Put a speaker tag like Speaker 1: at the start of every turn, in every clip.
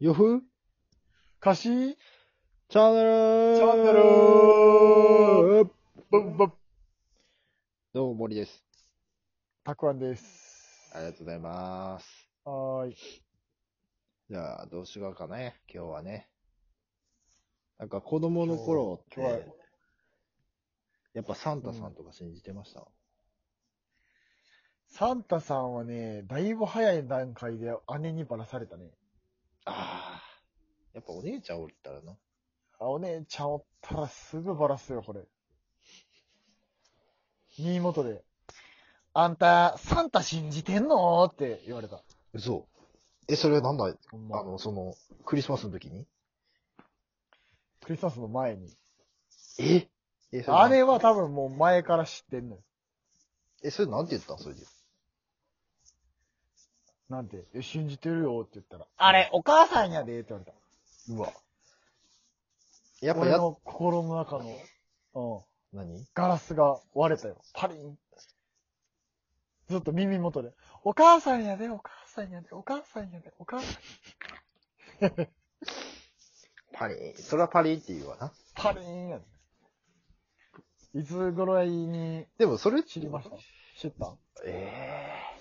Speaker 1: よふ
Speaker 2: 歌詞
Speaker 1: チャンネル
Speaker 2: チャンネルブンブン
Speaker 1: どうも、森です。
Speaker 2: たくあんです。
Speaker 1: ありがとうございます。
Speaker 2: はーい。
Speaker 1: じゃあ、どうしようかね、今日はね。なんか子供の頃っ
Speaker 2: 今日は
Speaker 1: て、やっぱサンタさんとか信じてました、
Speaker 2: サンタさんはね、だいぶ早い段階で姉にばらされたね。
Speaker 1: ああ。やっぱお姉ちゃんおったらな。
Speaker 2: あ、お姉ちゃんおったらすぐばらすよ、これ。新元で。あんた、サンタ信じてんのって言われた。
Speaker 1: 嘘。え、それはなんだ、
Speaker 2: ほん
Speaker 1: あ
Speaker 2: ま。
Speaker 1: の、その、クリスマスの時に
Speaker 2: クリスマスの前に。
Speaker 1: ええ、そ
Speaker 2: あ
Speaker 1: れ
Speaker 2: れは多分もう前から知ってんのよ。
Speaker 1: え、それなんて言ったんそれで。
Speaker 2: なんて、え信じてるよって言ったら、あれ、お母さんやでって言われた。
Speaker 1: うわ。やっぱ
Speaker 2: 俺
Speaker 1: や、
Speaker 2: の心の中の、うん、
Speaker 1: 何
Speaker 2: ガラスが割れたよ。パリン。ずっと耳元で、お母さんやで、お母さんやで、お母さんやで、お母さん、
Speaker 1: パリン。それはパリンって言うわな。
Speaker 2: パリンやで。いつぐらいに
Speaker 1: でもそれ
Speaker 2: 知りました知ったん
Speaker 1: ええ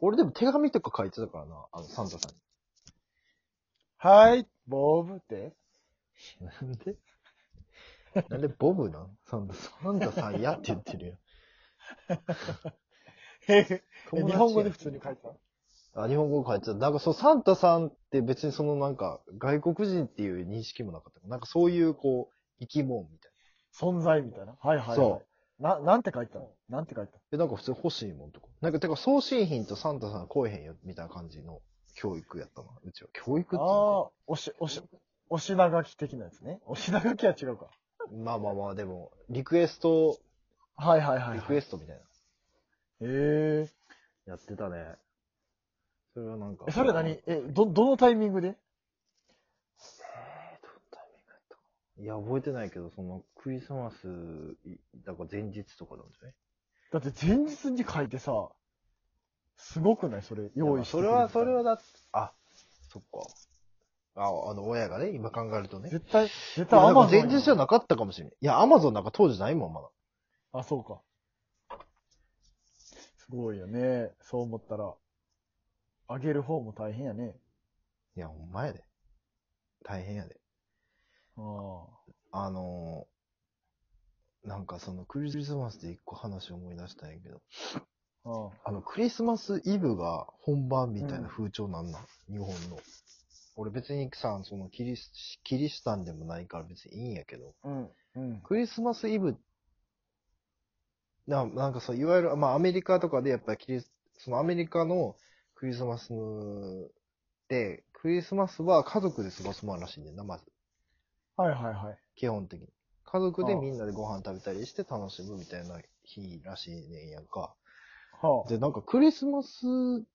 Speaker 1: 俺でも手紙とか書いてたからな、あの、サンタさん
Speaker 2: はい、ボブって。
Speaker 1: に。なんでなんでボブなんサンタさん。サンタさんやって言ってるよ。
Speaker 2: え
Speaker 1: 友達
Speaker 2: 日
Speaker 1: や
Speaker 2: 本語で普通に書いてた
Speaker 1: あ、日本語書いてた。なんかそう、サンタさんって別にそのなんか、外国人っていう認識もなかった。なんかそういうこう、生き物みたい
Speaker 2: 存在みたいな。はいはい、はい。。
Speaker 1: そう
Speaker 2: な、なんて書いてたのなんて書いてたの
Speaker 1: な。え、なんか普通に欲しいもんとか。なんか、てか送信品とサンタさん来えへんよ、みたいな感じの教育やったな。うちは。教育っていう
Speaker 2: あ
Speaker 1: の
Speaker 2: あー、おし、おし、お品書き的なやつね。お品書きは違うか。
Speaker 1: かまあまあまあ、でも、リクエスト、
Speaker 2: はいはいはい、
Speaker 1: リ
Speaker 2: は
Speaker 1: ク
Speaker 2: い。
Speaker 1: エストみたいな。
Speaker 2: ええ
Speaker 1: やってたね。それはなんか。
Speaker 2: え、それ何え、ど、どのタイミングで
Speaker 1: えーどのタイミングだったかないや、覚えてないけど、その、クリスマス、いだから前日とかなんじゃない
Speaker 2: だって前日に書いてさ、すごくないそれ、用意して
Speaker 1: そ
Speaker 2: く
Speaker 1: れ
Speaker 2: る
Speaker 1: は、それはだあ、そっか。あ、あの、親がね、今考えるとね。
Speaker 2: 絶対、絶
Speaker 1: で
Speaker 2: 対
Speaker 1: もな
Speaker 2: ア
Speaker 1: ん
Speaker 2: マ
Speaker 1: か
Speaker 2: ゾ
Speaker 1: 前
Speaker 2: ン。
Speaker 1: 日じゃなかったかもしれない。いや、アマゾンなんか当時ないもん、まだ。
Speaker 2: あ、そうか。すごいよね。そう思ったら。あげる方も大変やね。
Speaker 1: いや、ほんまやで。大変やで。
Speaker 2: あ
Speaker 1: あのーなんかそのクリスマスで一個話思い出したんやけど、
Speaker 2: あ、ああ。
Speaker 1: あの、クリスマスイブが本番みたいな風潮なんなん、日本の。俺別にさ、そのキリス、キリシタンでもないから別にいいんやけど、
Speaker 2: うん、うん。
Speaker 1: クリスマスイブ、ななんかそう、いわゆる、まあアメリカとかでやっぱりキリス、そのアメリカのクリスマスで、クリスマスは家族で過ごすもんらしいねんな、まず。
Speaker 2: はいはいはい。
Speaker 1: 基本的に。家族で
Speaker 2: ああ
Speaker 1: みんなでご飯食べたりして楽しむみたいな日らしいねんやんか。
Speaker 2: は
Speaker 1: で、なんかクリスマス、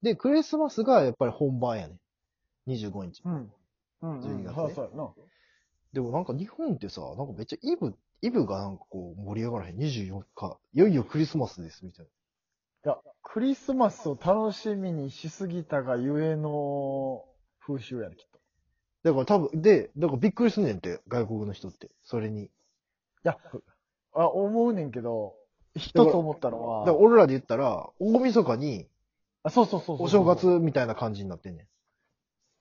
Speaker 1: で、クリスマスがやっぱり本番やね。25日。
Speaker 2: あ。うん。うん、うん。
Speaker 1: 12月ね
Speaker 2: そうそうやな。
Speaker 1: でもなんか日本ってさ、なんかめっちゃイブ、イブがなんかこう盛り上がらへん。24日、いよいよクリスマスです、みたい
Speaker 2: いや、クリスマスを楽しみにしすぎたがゆえの風習やね、きっと。
Speaker 1: な。だから多分、で、だからびっくりすんねんって、外国の人って。それに。
Speaker 2: いや、あ、思うねんけど、一つ思ったの
Speaker 1: だ
Speaker 2: は
Speaker 1: から、俺らで言ったら、大晦日に、
Speaker 2: あそうそうそうそう。
Speaker 1: お正月みたいな感じになってんねん。い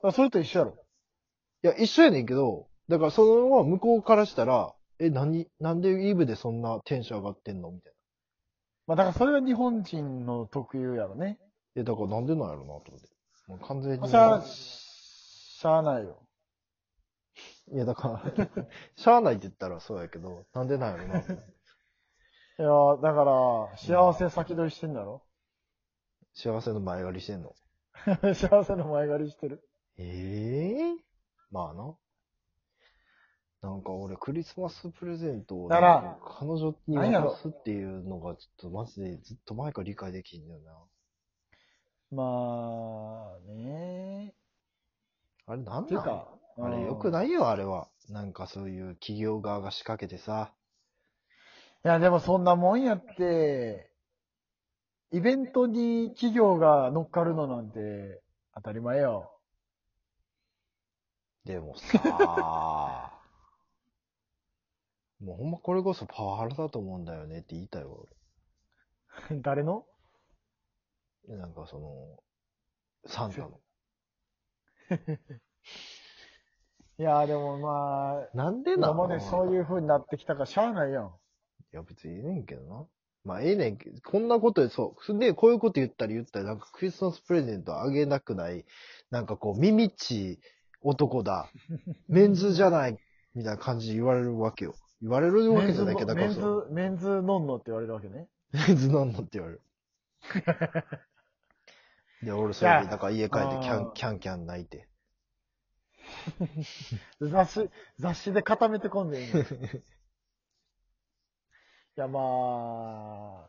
Speaker 2: あ。それと一緒やろ。
Speaker 1: や、一緒やねんけど、だからそのまま向こうからしたら、え、何、なんでイブでそんなテンション上がってんのみたいな。
Speaker 2: まあだからそれは日本人の特有やろね。
Speaker 1: え、だからなんでなんやろうな、と思って。もう完全
Speaker 2: まあ
Speaker 1: に。
Speaker 2: しゃあ、しゃあないよ。
Speaker 1: いや、だから、 しゃあないって言ったらそうやけど、なんでなんやろな。
Speaker 2: いやーだから、幸せ先取りしてんだろ、
Speaker 1: 幸せの前借りしてんの。
Speaker 2: 幸せの前借りしてる。
Speaker 1: ええまあな。なんか俺、クリスマスプレゼントを、
Speaker 2: だから
Speaker 1: 彼女に
Speaker 2: なんや
Speaker 1: 渡
Speaker 2: ろ
Speaker 1: すっていうのが、ちょっとマジでずっと前から理解できんだよな。
Speaker 2: まあ、ね
Speaker 1: あれなん
Speaker 2: ていう
Speaker 1: なん
Speaker 2: か、
Speaker 1: あれよく
Speaker 2: い
Speaker 1: ないよ、あれは。なんかそういう企業側が仕掛けてさ。
Speaker 2: いや、でもそんなもんやって、イベントに企業が乗っかるのなんて当たり前よ。
Speaker 1: でもさ、 もうほんまこれこそパワハラだと思うんだよねって言いたいわ、
Speaker 2: 誰の
Speaker 1: 俺なんかその、サンタの。
Speaker 2: いやーでもまあ、
Speaker 1: なんでな
Speaker 2: 今までそういう風になってきたからしゃあないやん。
Speaker 1: いや、別にええねんけどな。まあ、ええねんけど、こんなことで、そう。で、こういうこと言ったり言ったり、なんかクリスマスプレゼントあげなくない、なんかこう、耳っちい男 だ、メンズじゃない、みたいな感じで言われるわけよ。言われるわ
Speaker 2: メ
Speaker 1: け
Speaker 2: ン
Speaker 1: じ
Speaker 2: ズ
Speaker 1: ゃ
Speaker 2: の
Speaker 1: ないけど、だか
Speaker 2: メ
Speaker 1: ら
Speaker 2: ン
Speaker 1: そ
Speaker 2: ズ
Speaker 1: の、
Speaker 2: メンズノンノって言われるわけね。
Speaker 1: メンズなんのって言われ る。で、俺それ
Speaker 2: い
Speaker 1: で、
Speaker 2: や
Speaker 1: だから家帰ってキャ
Speaker 2: あ
Speaker 1: ン、
Speaker 2: ー
Speaker 1: キャンキャン泣いて。
Speaker 2: 雑誌、雑誌で固めてこんでん ねんいやまあ、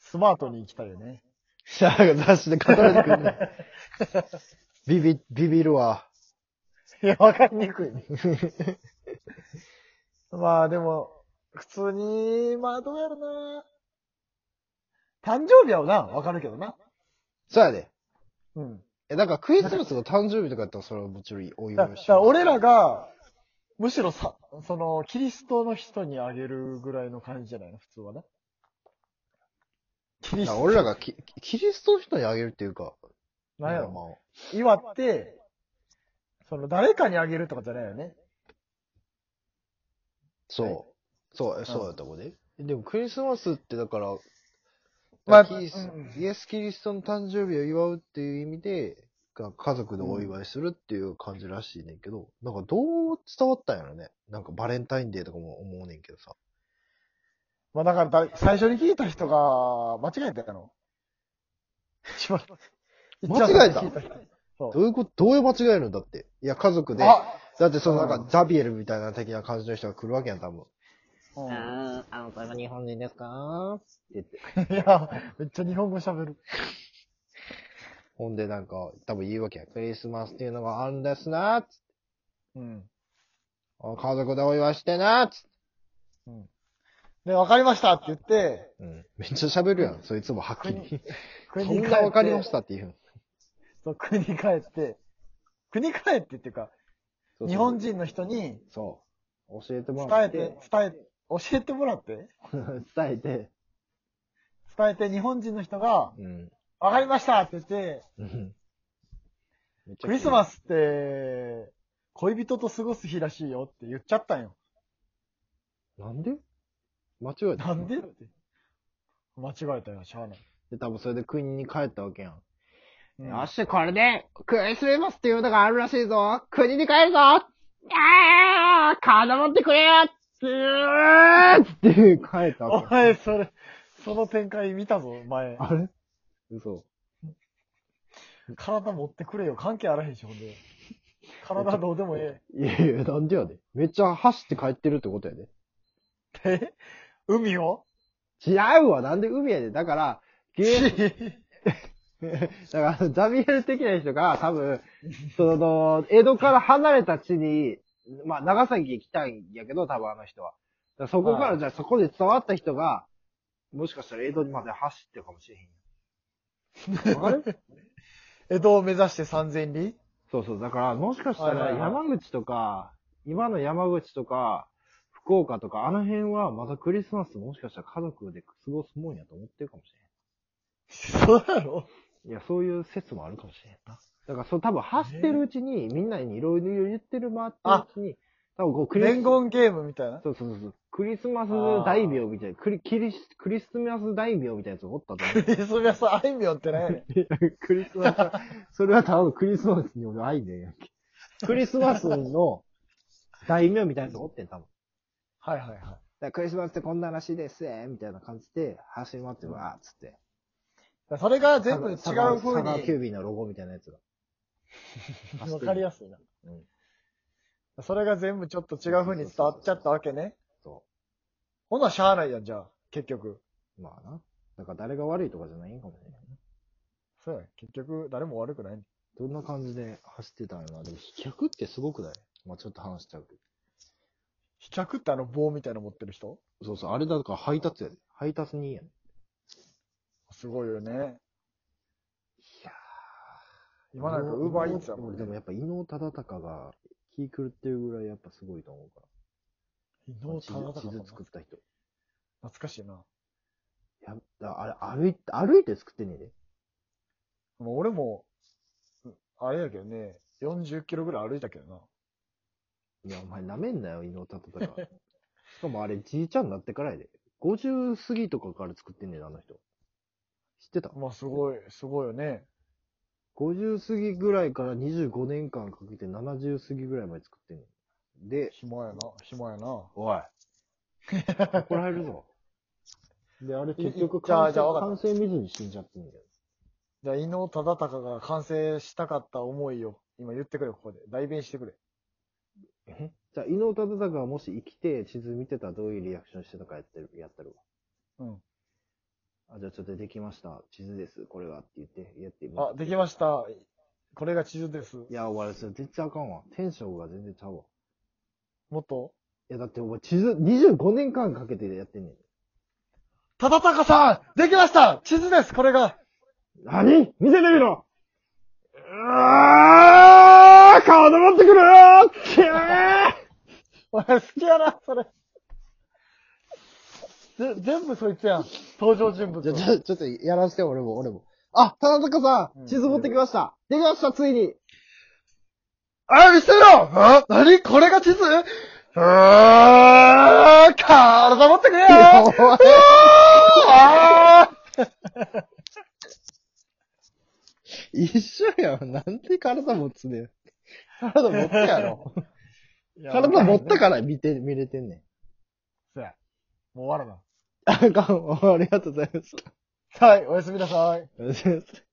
Speaker 2: スマートに行きたいよね。
Speaker 1: なんか雑誌で語られてくるね。ビビ、ビビるわ。
Speaker 2: いや、わかりにくい ね。まあでも、普通に、まあどうやろな。誕生日やろな、わかるけどな。
Speaker 1: そうやで。
Speaker 2: うん。
Speaker 1: え、なんかクリスマスの誕生日とかやったらそれはもちろんお
Speaker 2: だ
Speaker 1: 祝
Speaker 2: だ
Speaker 1: いし
Speaker 2: から俺らが、むしろさ、その、キリストの人にあげるぐらいの感じじゃないの、普通はね。キリス
Speaker 1: あ
Speaker 2: ト。
Speaker 1: 俺らがキキリストの人にあげるっていうか。
Speaker 2: なんやろ、
Speaker 1: まあ
Speaker 2: 祝って、その、誰かにあげるとかじゃないよね。
Speaker 1: そう。
Speaker 2: はい
Speaker 1: そう、えそうやったもんね。でもクリスマスってだから、
Speaker 2: まあ
Speaker 1: キリス
Speaker 2: うん
Speaker 1: イエス・キリストの誕生日を祝うっていう意味で、が家族でお祝いするっていう感じらしいねんけど、なんかどう伝わったんやろね。なんかバレンタインデーとかも思うねんけどさ。
Speaker 2: まあだからだ、最初に聞いた人が、間違えたの。 一番
Speaker 1: 間違えた
Speaker 2: 一番最初に聞い人そう。
Speaker 1: どういうこと、どういう間違えるんだって。いや、家族で、
Speaker 2: あ
Speaker 1: だってそのな
Speaker 2: うんん
Speaker 1: かザビエルみたいな的な感じの人が来るわけやん、多分。
Speaker 2: うん
Speaker 1: ああ、あの子は日本人ですかって言って。
Speaker 2: いや、めっちゃ日本語喋る。
Speaker 1: ほんでなんか、多分言うわけや。クリスマスっていうのがあるんですなーっつって
Speaker 2: うん。
Speaker 1: あ家族でお祝いしてなーっつって
Speaker 2: うん。で、わかりましたって言って、
Speaker 1: うん。めっちゃ喋るやん。そいつもはっきり。
Speaker 2: 国
Speaker 1: そ
Speaker 2: に
Speaker 1: ん
Speaker 2: 帰って。
Speaker 1: なわかりましたっていう。
Speaker 2: そう国に帰って、国帰ってっていうか、
Speaker 1: そうそう
Speaker 2: 日本。人の人に
Speaker 1: そう。教えて
Speaker 2: 伝
Speaker 1: もら
Speaker 2: え、
Speaker 1: ってて
Speaker 2: 伝。え、教えてもらって、
Speaker 1: 伝えて。
Speaker 2: 伝えて日本人の人が、
Speaker 1: うん。
Speaker 2: わかりましたって言って、
Speaker 1: うんめっちゃ
Speaker 2: クリスマ
Speaker 1: ス
Speaker 2: スって、恋人と過ごす日らしいよって言っちゃったんよ。
Speaker 1: なんで間違えた。
Speaker 2: なんでって。間違えたよ、しゃあない。
Speaker 1: で、多分それで国に帰ったわけやん。
Speaker 2: うん
Speaker 1: よし、これで、クリスマスっていうのがあるらしいぞ国に帰るぞああ金持ってくれようーっていう帰った
Speaker 2: お
Speaker 1: わけ。
Speaker 2: 前、それ、その展開見たぞ、前。
Speaker 1: あれ嘘。
Speaker 2: 体持ってくれよ、関係あらへんし、ほんで。体どうでもえ
Speaker 1: いやいや、なんでやで。めっちゃ走って帰ってるってことやで。
Speaker 2: え。え海を
Speaker 1: 違うわ、なんで海やで。だから、ゲーだから、ザビエル的な人が多分、その、江戸から離れた地に、まあ、長崎行きたいんやけど、多分あの人は。だからそこか
Speaker 2: は
Speaker 1: ら、じゃあそこで伝わった人が、もしかしたら江戸にまで走ってるかもしれへん。わか る
Speaker 2: 江戸を目指して三千里
Speaker 1: そうそう。だから、もしかした
Speaker 2: は
Speaker 1: ら
Speaker 2: いはいは
Speaker 1: 山口とか、今の山口とか、福岡とか、あの辺はまだクリスマスもしかしたら家族で過ごすもんやと思ってるかもしれへん。
Speaker 2: そうだろ
Speaker 1: いや、そういう説もあるかもしれんな。だから、そう、多分、走ってるうちに、みんなにいろいろ言ってる回ってるうちに、多分こう、クリス
Speaker 2: 伝言ゲームみたいな。
Speaker 1: そうそうそうそう。クリスマス大名みたいな、クリ、キリス、クリスマス大名みたいなやつおったと思
Speaker 2: クリスマスあいみょんってなんやねん。
Speaker 1: う。 クリスマス、それは多分クリスマスに俺愛ねんやんけ。クリスマスの大名みたいなやつおってん、多分。
Speaker 2: はいはいは
Speaker 1: だからクリスマスってこんならしいですえみたいな感じで、走り回ってわーっつって。
Speaker 2: い。それが全部違う
Speaker 1: サガ
Speaker 2: 風
Speaker 1: サガキュー
Speaker 2: に、
Speaker 1: ビーのロゴみたいなや つが。
Speaker 2: わかりやすいな。
Speaker 1: うん
Speaker 2: それが全部ちょっと違う風に伝わっちゃったわけね。
Speaker 1: そう。
Speaker 2: ほなしゃあないやん、じゃあ。結局。
Speaker 1: まあな。だから誰が悪いとかじゃないんかもしれないな。
Speaker 2: そうやね。結局、誰も悪くない。
Speaker 1: どんな感じで走ってたんやろな。でも飛脚ってすごくないまあちょっと話しちゃうけど。
Speaker 2: 飛脚ってあの棒みたいなの持ってる人
Speaker 1: そうそう、あれだから配達やで。配達にいいやん。い
Speaker 2: すごいよね。
Speaker 1: や
Speaker 2: 今なんかウーバーイーツやもん
Speaker 1: 俺でもやっぱ伊能忠敬が気狂ってるぐらいやっぱすごいと思うから。
Speaker 2: 伊能
Speaker 1: 地
Speaker 2: 忠敬
Speaker 1: 図
Speaker 2: さ
Speaker 1: 地
Speaker 2: ん
Speaker 1: 図
Speaker 2: 懐
Speaker 1: 作った人。
Speaker 2: かしいな。
Speaker 1: やだあれ、歩いて、歩いて作ってねえで。
Speaker 2: もう俺も、うんあれやけどね、40キロぐらい歩いたけどな。
Speaker 1: いや、お前舐めんなよ、伊能忠敬。 しかもあれ、じいちゃんになってからやで。50過ぎとかから作ってんねんで、あの人。知ってた
Speaker 2: まあすごい、すごいよね。
Speaker 1: 50過ぎぐらいから25年間かけて70過ぎぐらいまで作ってんねん。で、
Speaker 2: 暇やな、暇やな。
Speaker 1: おい。怒られるぞ。で、あれ結局
Speaker 2: じゃ
Speaker 1: 完
Speaker 2: あ
Speaker 1: 成、
Speaker 2: じゃあ分か
Speaker 1: 完成見ずに死んじゃってんだよ。
Speaker 2: じゃあ、伊能忠敬が完成したかった思いを、今言ってくれ、ここで。代弁してくれ。
Speaker 1: えじゃあ、伊能忠敬がもし生きて地図見てたらどういうリアクションしてたかやってる、やったるわ。
Speaker 2: うん。
Speaker 1: あ、じゃあちょっとできました。地図です。これが。って言って、やってみ
Speaker 2: あ、できました。これが地図です。
Speaker 1: いや、俺、それ全然あかんわ。テンションが全然ちゃうわ。
Speaker 2: もっと
Speaker 1: いや、だってお前地図、25年間かけてやってんねん。
Speaker 2: 忠敬さんできました地図ですこれが
Speaker 1: 何見せてみろうわー顔登ってくるーきゃ
Speaker 2: お前好きやな、それ。ぜ、全部そいつやん。登場人物。
Speaker 1: ー ちょ、ちょっとやらせて、俺も、俺も。あ、田中さ
Speaker 2: うん
Speaker 1: ん地図持ってきました、できました、ついに
Speaker 2: あ、見せろあ何これが地図あー、体持ってくれよ
Speaker 1: お前
Speaker 2: あー
Speaker 1: 一緒やん。なんで体持つねん。体持ったやろ。体持ったから見て、見れてんねん。
Speaker 2: そうやもう終わるな。
Speaker 1: あかん、ありがとうございます。
Speaker 2: はい、おやすみなさい。
Speaker 1: ありがとうございます